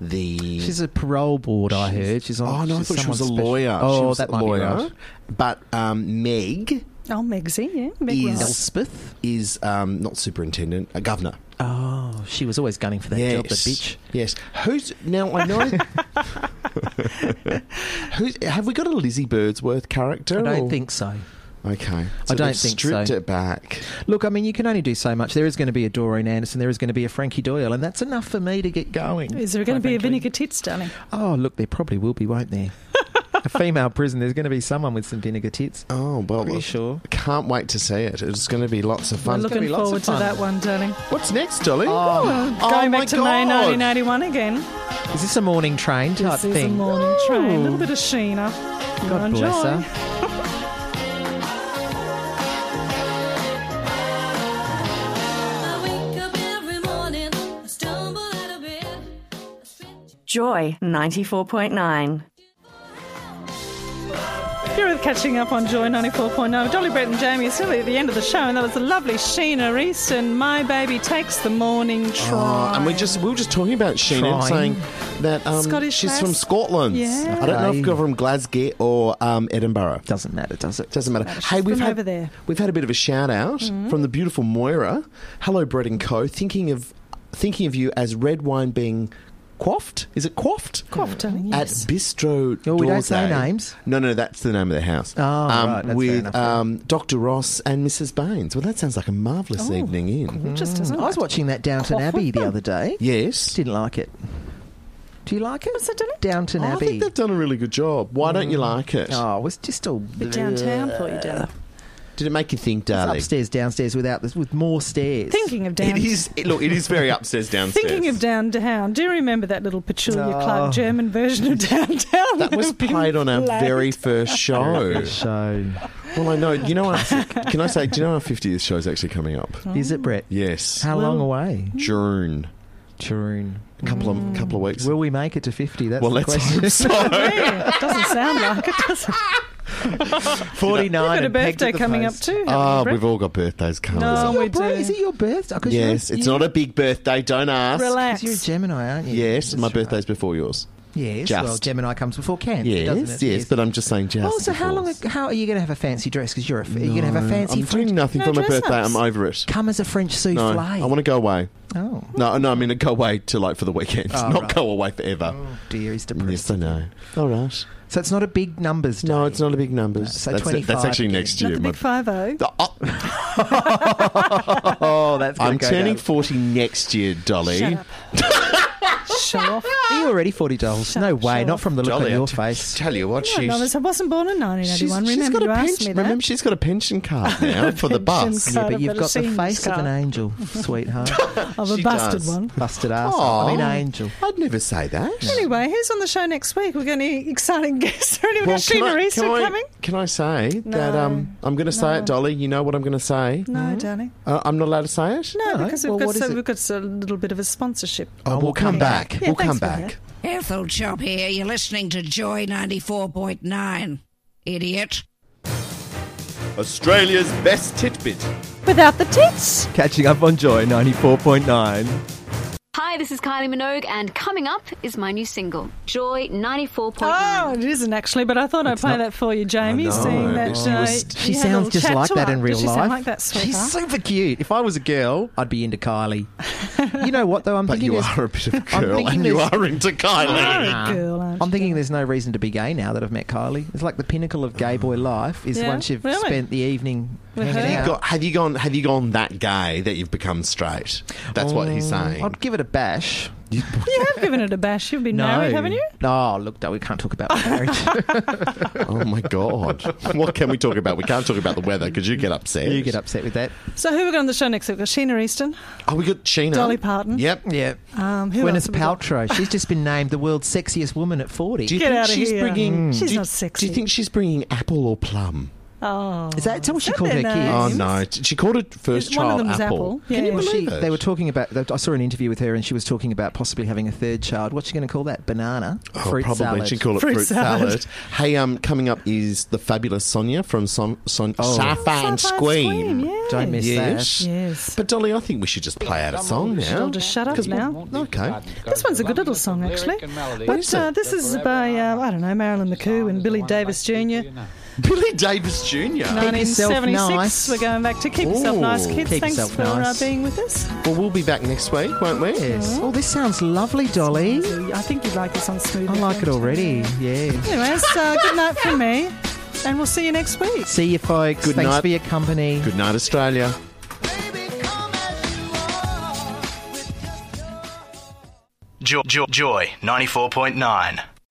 Speaker 5: the.
Speaker 4: She's a parole board. I heard she's on.
Speaker 5: oh no, I
Speaker 4: she's
Speaker 5: thought she
Speaker 4: someone
Speaker 5: was a
Speaker 4: special.
Speaker 5: lawyer.
Speaker 4: Oh,
Speaker 5: she was
Speaker 4: that
Speaker 5: a
Speaker 4: might
Speaker 5: lawyer.
Speaker 4: be right.
Speaker 5: But um, Meg
Speaker 2: Oh, Megsy, yeah. Meg
Speaker 5: is
Speaker 2: Ryan.
Speaker 4: Elspeth
Speaker 5: is um, not superintendent, a governor.
Speaker 4: Oh, she was always gunning for that
Speaker 5: yes.
Speaker 4: job, that bitch.
Speaker 5: Yes. Who's now? I know. Who's have we got a Lizzie Birdsworth character?
Speaker 4: I don't
Speaker 5: or-
Speaker 4: think so.
Speaker 5: Okay.
Speaker 4: I
Speaker 5: So
Speaker 4: don't
Speaker 5: they've
Speaker 4: think so.
Speaker 5: stripped it back.
Speaker 4: Look, I mean, you can only do so much. There is going to be a Doreen Anderson. There is going to be a Frankie Doyle, and that's enough for me to get going.
Speaker 2: Is there going to be a vinegar tits, darling?
Speaker 4: Oh, look, there probably will be, won't there? a female prison. There's going to be someone with some vinegar tits.
Speaker 5: Oh well,
Speaker 4: Pretty
Speaker 5: well,
Speaker 4: sure.
Speaker 5: Can't wait to see it. It's going to be lots of
Speaker 2: We're
Speaker 5: fun.
Speaker 2: looking forward to that one, darling.
Speaker 5: What's next, Dolly?
Speaker 2: Oh, going back to May 1991 again.
Speaker 4: Is this a morning train type
Speaker 2: This is a
Speaker 4: thing?
Speaker 2: morning train. A little bit of Sheena.
Speaker 4: God
Speaker 2: Enjoy.
Speaker 4: bless her.
Speaker 16: Joy 94.9.
Speaker 2: You're with catching up on Joy 94.9. Dolly Brett and Jamie is nearly at the end of the show, and that was the lovely Sheena Easton. My baby takes the morning
Speaker 5: Oh,
Speaker 2: train.
Speaker 5: and we just we were just talking about Sheena
Speaker 4: Trying.
Speaker 5: saying that um,
Speaker 2: Scottish
Speaker 5: she's
Speaker 2: lass.
Speaker 5: from Scotland.
Speaker 2: Yeah.
Speaker 5: I don't know if
Speaker 4: Okay.
Speaker 5: you're from Glasgow or um, Edinburgh.
Speaker 4: Doesn't matter, does it?
Speaker 5: Doesn't matter. Hey, we've
Speaker 2: from
Speaker 5: had
Speaker 2: over there.
Speaker 5: we've had a bit of a shout out
Speaker 4: Mm-hmm.
Speaker 5: from the beautiful Moira. Hello, Bread and Co. Thinking of thinking of you as red wine being quaffed. Is it quaffed?
Speaker 2: Cough, darling.
Speaker 5: uh, At
Speaker 2: yes.
Speaker 5: Bistro
Speaker 4: Oh, we don't say
Speaker 5: Dorset.
Speaker 4: names?
Speaker 5: No, no, that's the name of the house.
Speaker 4: Oh,
Speaker 5: um,
Speaker 4: right, that's fair
Speaker 5: with
Speaker 4: enough, yeah.
Speaker 5: um, Dr. Ross and Mrs. Baines. Well, that sounds like a marvellous
Speaker 2: Oh,
Speaker 5: evening in.
Speaker 2: Just doesn't
Speaker 4: I was
Speaker 2: it?
Speaker 4: watching that Downton
Speaker 2: Quaff
Speaker 4: Abbey
Speaker 2: with
Speaker 4: the
Speaker 2: them.
Speaker 4: other day.
Speaker 5: Yes.
Speaker 4: Didn't like it. Do you like it?
Speaker 2: What's that, darling?
Speaker 4: Downton
Speaker 5: Oh, I
Speaker 4: Abbey.
Speaker 5: think they've done a really good job. Why don't you like it?
Speaker 4: Oh, it was just all
Speaker 2: Bit downtown for you, darling.
Speaker 5: uh, Did it make you think,
Speaker 4: It's
Speaker 5: darling?
Speaker 4: upstairs, downstairs, without this, with more stairs.
Speaker 2: Thinking of
Speaker 5: It
Speaker 2: downtown.
Speaker 5: is. It, look, it is very upstairs downstairs.
Speaker 2: Thinking of downtown. Do you remember that little Petulia
Speaker 4: Oh.
Speaker 2: Clark German version of downtown?
Speaker 5: that was played on our
Speaker 2: played.
Speaker 5: very first show.
Speaker 4: So,
Speaker 5: well, I know. You know, our, can I say? Do you know our fiftieth show is actually coming up?
Speaker 4: is it Brett?
Speaker 5: Yes,
Speaker 4: How long away?
Speaker 5: June.
Speaker 4: June.
Speaker 5: A couple
Speaker 4: Mm.
Speaker 5: of couple of weeks.
Speaker 4: Will we make it to fifty? That's
Speaker 5: well,
Speaker 4: the
Speaker 5: let's
Speaker 4: question.
Speaker 5: hope so.
Speaker 2: Yeah, it doesn't sound like it, does it?
Speaker 4: Forty nine.
Speaker 2: You've got a birthday coming up too. haven't you,
Speaker 5: Ah,
Speaker 2: Brett?
Speaker 5: we've all got birthdays coming.
Speaker 2: No, we do.
Speaker 4: Is it your birthday? 'Cause you're-
Speaker 5: yes, it's not a big birthday. Don't ask.
Speaker 2: Relax.
Speaker 4: 'cause you're a Gemini, aren't you?
Speaker 5: Yes,
Speaker 4: That's
Speaker 5: my
Speaker 4: right.
Speaker 5: birthday's before yours.
Speaker 4: Yes,
Speaker 5: Just.
Speaker 4: well, Gemini comes before Cancer,
Speaker 5: Yes,
Speaker 4: doesn't
Speaker 5: yes,
Speaker 4: it?
Speaker 5: but I'm just saying just.
Speaker 4: Oh, so how
Speaker 5: before.
Speaker 4: long? How are you going to have a fancy dress? Because you're a, f- you're going to have a
Speaker 5: No,
Speaker 4: fancy.
Speaker 5: I'm
Speaker 4: French,
Speaker 5: doing nothing
Speaker 2: No
Speaker 5: for my
Speaker 2: dress
Speaker 5: birthday.
Speaker 2: ups.
Speaker 5: I'm over it.
Speaker 4: Come as a French
Speaker 5: No,
Speaker 4: souffle.
Speaker 5: I want to go away.
Speaker 4: Oh.
Speaker 5: No, no, I mean go away to like for the weekend,
Speaker 4: Oh,
Speaker 5: not
Speaker 4: right.
Speaker 5: go away forever.
Speaker 4: Oh dear, he's depressed.
Speaker 5: Yes, I know. All right.
Speaker 4: So it's not a big numbers. Day.
Speaker 5: No, it's not a big numbers.
Speaker 4: so
Speaker 5: that's,
Speaker 4: 25
Speaker 5: that's actually next
Speaker 2: Not
Speaker 5: year.
Speaker 2: the
Speaker 5: my-
Speaker 2: big five zero.
Speaker 5: The- oh,
Speaker 4: Oh, that's. gonna
Speaker 5: I'm
Speaker 4: go
Speaker 5: turning
Speaker 4: down.
Speaker 5: 40 next year, Dolly.
Speaker 2: Shut up. Show off.
Speaker 4: Are you already forty dollars? No
Speaker 2: up,
Speaker 4: way.
Speaker 2: Ah. shut
Speaker 4: Not
Speaker 2: up.
Speaker 4: from the look
Speaker 5: Dolly,
Speaker 4: on your
Speaker 5: I t-
Speaker 4: face.
Speaker 5: Tell you what,
Speaker 2: No,
Speaker 5: she's,
Speaker 2: no, I wasn't born in
Speaker 5: she's,
Speaker 2: 1991.
Speaker 5: she's
Speaker 2: Remember,
Speaker 5: got a
Speaker 2: you asked me
Speaker 5: pension.
Speaker 2: that.
Speaker 5: Remember, she's got a pension card now for the
Speaker 2: pension
Speaker 5: bus.
Speaker 2: card.
Speaker 4: Yeah, but
Speaker 2: I've
Speaker 4: you've
Speaker 2: got a
Speaker 4: got the
Speaker 2: scene
Speaker 4: face of an
Speaker 2: scar.
Speaker 4: angel, sweetheart.
Speaker 2: of a
Speaker 5: She
Speaker 2: busted
Speaker 5: does.
Speaker 2: one.
Speaker 4: Busted ass.
Speaker 5: Aw.
Speaker 4: I mean, angel.
Speaker 5: I'd never say that.
Speaker 2: Anyway, who's on the show next week? We're going to exciting guests. Are anyone
Speaker 5: Well,
Speaker 2: well,
Speaker 5: can,
Speaker 2: Sheena
Speaker 5: I,
Speaker 2: Easton
Speaker 5: can, I,
Speaker 2: coming?
Speaker 5: can I say
Speaker 2: No,
Speaker 5: that um, I'm going to say it, Dolly? You know what I'm going to say?
Speaker 2: No, darling.
Speaker 5: Uh, I'm not allowed to say it?
Speaker 2: No,
Speaker 4: No,
Speaker 2: because
Speaker 4: Hmm? well,
Speaker 2: we've got
Speaker 4: what is
Speaker 2: so,
Speaker 4: it?
Speaker 2: we've got a little bit of a sponsorship.
Speaker 5: Oh, we'll come back.
Speaker 2: Yeah,
Speaker 5: we'll
Speaker 2: thanks
Speaker 5: come
Speaker 2: for that.
Speaker 5: back.
Speaker 17: Ethel Chop here. You're listening to Joy 94.9. Idiot.
Speaker 14: Australia's best titbit.
Speaker 2: Without the tits.
Speaker 4: Catching up on Joy 94.9.
Speaker 18: Hi, this is Kylie Minogue, and coming up is my new single, Joy 94.9.
Speaker 2: Oh, it isn't actually, but I thought I'd play
Speaker 4: not-
Speaker 2: that for you, Jamie.
Speaker 5: know,
Speaker 2: seeing
Speaker 5: but
Speaker 2: that
Speaker 5: she
Speaker 2: uh,
Speaker 5: was-
Speaker 2: you
Speaker 4: She
Speaker 2: had a
Speaker 4: sounds
Speaker 2: little
Speaker 4: just
Speaker 2: chat
Speaker 4: like
Speaker 2: to
Speaker 4: that
Speaker 2: her.
Speaker 4: in real
Speaker 2: Did she
Speaker 4: life.
Speaker 2: Sound like that,
Speaker 4: She's
Speaker 2: sweetheart?
Speaker 4: super cute. If I was a girl, I'd be into Kylie. You know what though? I'm
Speaker 5: But
Speaker 4: thinking
Speaker 5: you
Speaker 4: there's-
Speaker 5: are a bit of a
Speaker 4: I'm
Speaker 5: girl
Speaker 4: thinking
Speaker 5: and you
Speaker 4: there's-
Speaker 5: are into Kylie.
Speaker 4: Nah.
Speaker 2: girl, aren't
Speaker 4: I'm
Speaker 2: you?
Speaker 4: thinking there's no reason to be gay now that I've met Kylie. It's like the pinnacle of gay boy life is
Speaker 2: Yeah,
Speaker 4: once you've
Speaker 2: really?
Speaker 4: spent the evening
Speaker 2: With
Speaker 5: Have
Speaker 2: her?
Speaker 5: you, got, have you gone? Have you gone that gay that you've become straight? That's what he's saying.
Speaker 4: I'd give it a bash.
Speaker 2: You have given it a bash. You've been married, haven't you?
Speaker 4: No, look, no, we can't talk about marriage.
Speaker 5: oh my god! What can we talk about? We can't talk about the weather because you get upset.
Speaker 4: you get upset with that.
Speaker 2: So who we got on the show next week? We've got Sheena Easton.
Speaker 5: Oh, we got Sheena.
Speaker 2: Dolly Parton.
Speaker 5: Yep.
Speaker 4: Yep.
Speaker 2: Um, who else
Speaker 4: Gwyneth
Speaker 2: have we got?
Speaker 4: Paltrow. She's just been named the world's sexiest woman at 40.
Speaker 5: Do you
Speaker 2: Get
Speaker 5: think
Speaker 2: out of
Speaker 5: she's
Speaker 2: here.
Speaker 5: bringing?
Speaker 2: She's
Speaker 5: do you-
Speaker 2: not sexy.
Speaker 5: Do you think she's bringing apple or plum?
Speaker 2: Oh,
Speaker 4: Is that, is that what she
Speaker 2: That'd
Speaker 4: called her
Speaker 2: be
Speaker 4: kid?
Speaker 5: Oh
Speaker 2: nice.
Speaker 5: no! She called her first
Speaker 2: One of
Speaker 5: child
Speaker 2: them was apple. Yeah.
Speaker 5: Can you
Speaker 4: Well, she-
Speaker 5: believe it?
Speaker 4: they were talking about. I saw an interview with her, and she was talking about possibly having a third child. What's she going to call that? Banana
Speaker 5: Oh,
Speaker 4: fruit
Speaker 5: probably
Speaker 4: salad.
Speaker 5: she call it
Speaker 2: Fruit
Speaker 5: fruit,
Speaker 2: salad.
Speaker 5: salad. Hey, um, coming up is the fabulous Sonia from Son, Son, Sapphire and
Speaker 2: Sapphire
Speaker 5: Squeam.
Speaker 2: Squeam, yeah.
Speaker 4: Don't miss
Speaker 5: yes.
Speaker 2: Yes.
Speaker 5: But Dolly, I think we should just play out a song
Speaker 2: We should
Speaker 5: now.
Speaker 2: all just shut up
Speaker 5: 'Cause-
Speaker 2: now.
Speaker 5: Okay.
Speaker 2: This one's a good little song, actually. But
Speaker 5: is
Speaker 2: uh,
Speaker 5: it?
Speaker 2: this is by, uh, I don't know, Marilyn McCoo and Billy Davis Jr.
Speaker 5: Billy Davis Jr.
Speaker 4: yourself
Speaker 2: 1976.
Speaker 4: nice.
Speaker 2: We're going back to Keep Yourself
Speaker 5: Ooh.
Speaker 2: Nice, Kids.
Speaker 4: Keep
Speaker 2: Thanks
Speaker 4: yourself
Speaker 2: for
Speaker 4: nice.
Speaker 2: uh, being with us.
Speaker 5: Well, we'll be back next week, won't we?
Speaker 4: Yes. Oh, this sounds lovely, Dolly.
Speaker 2: I think you'd like this on Smooth.
Speaker 4: Eh? I like it
Speaker 2: FM.
Speaker 4: already. Yeah.
Speaker 2: Anyways, uh, good night from me, and we'll see you next week.
Speaker 4: See you, folks.
Speaker 5: Good
Speaker 4: Thanks
Speaker 5: night.
Speaker 4: for your company.
Speaker 5: Good night, Australia.
Speaker 13: Joy, Joy, Joy 94.9.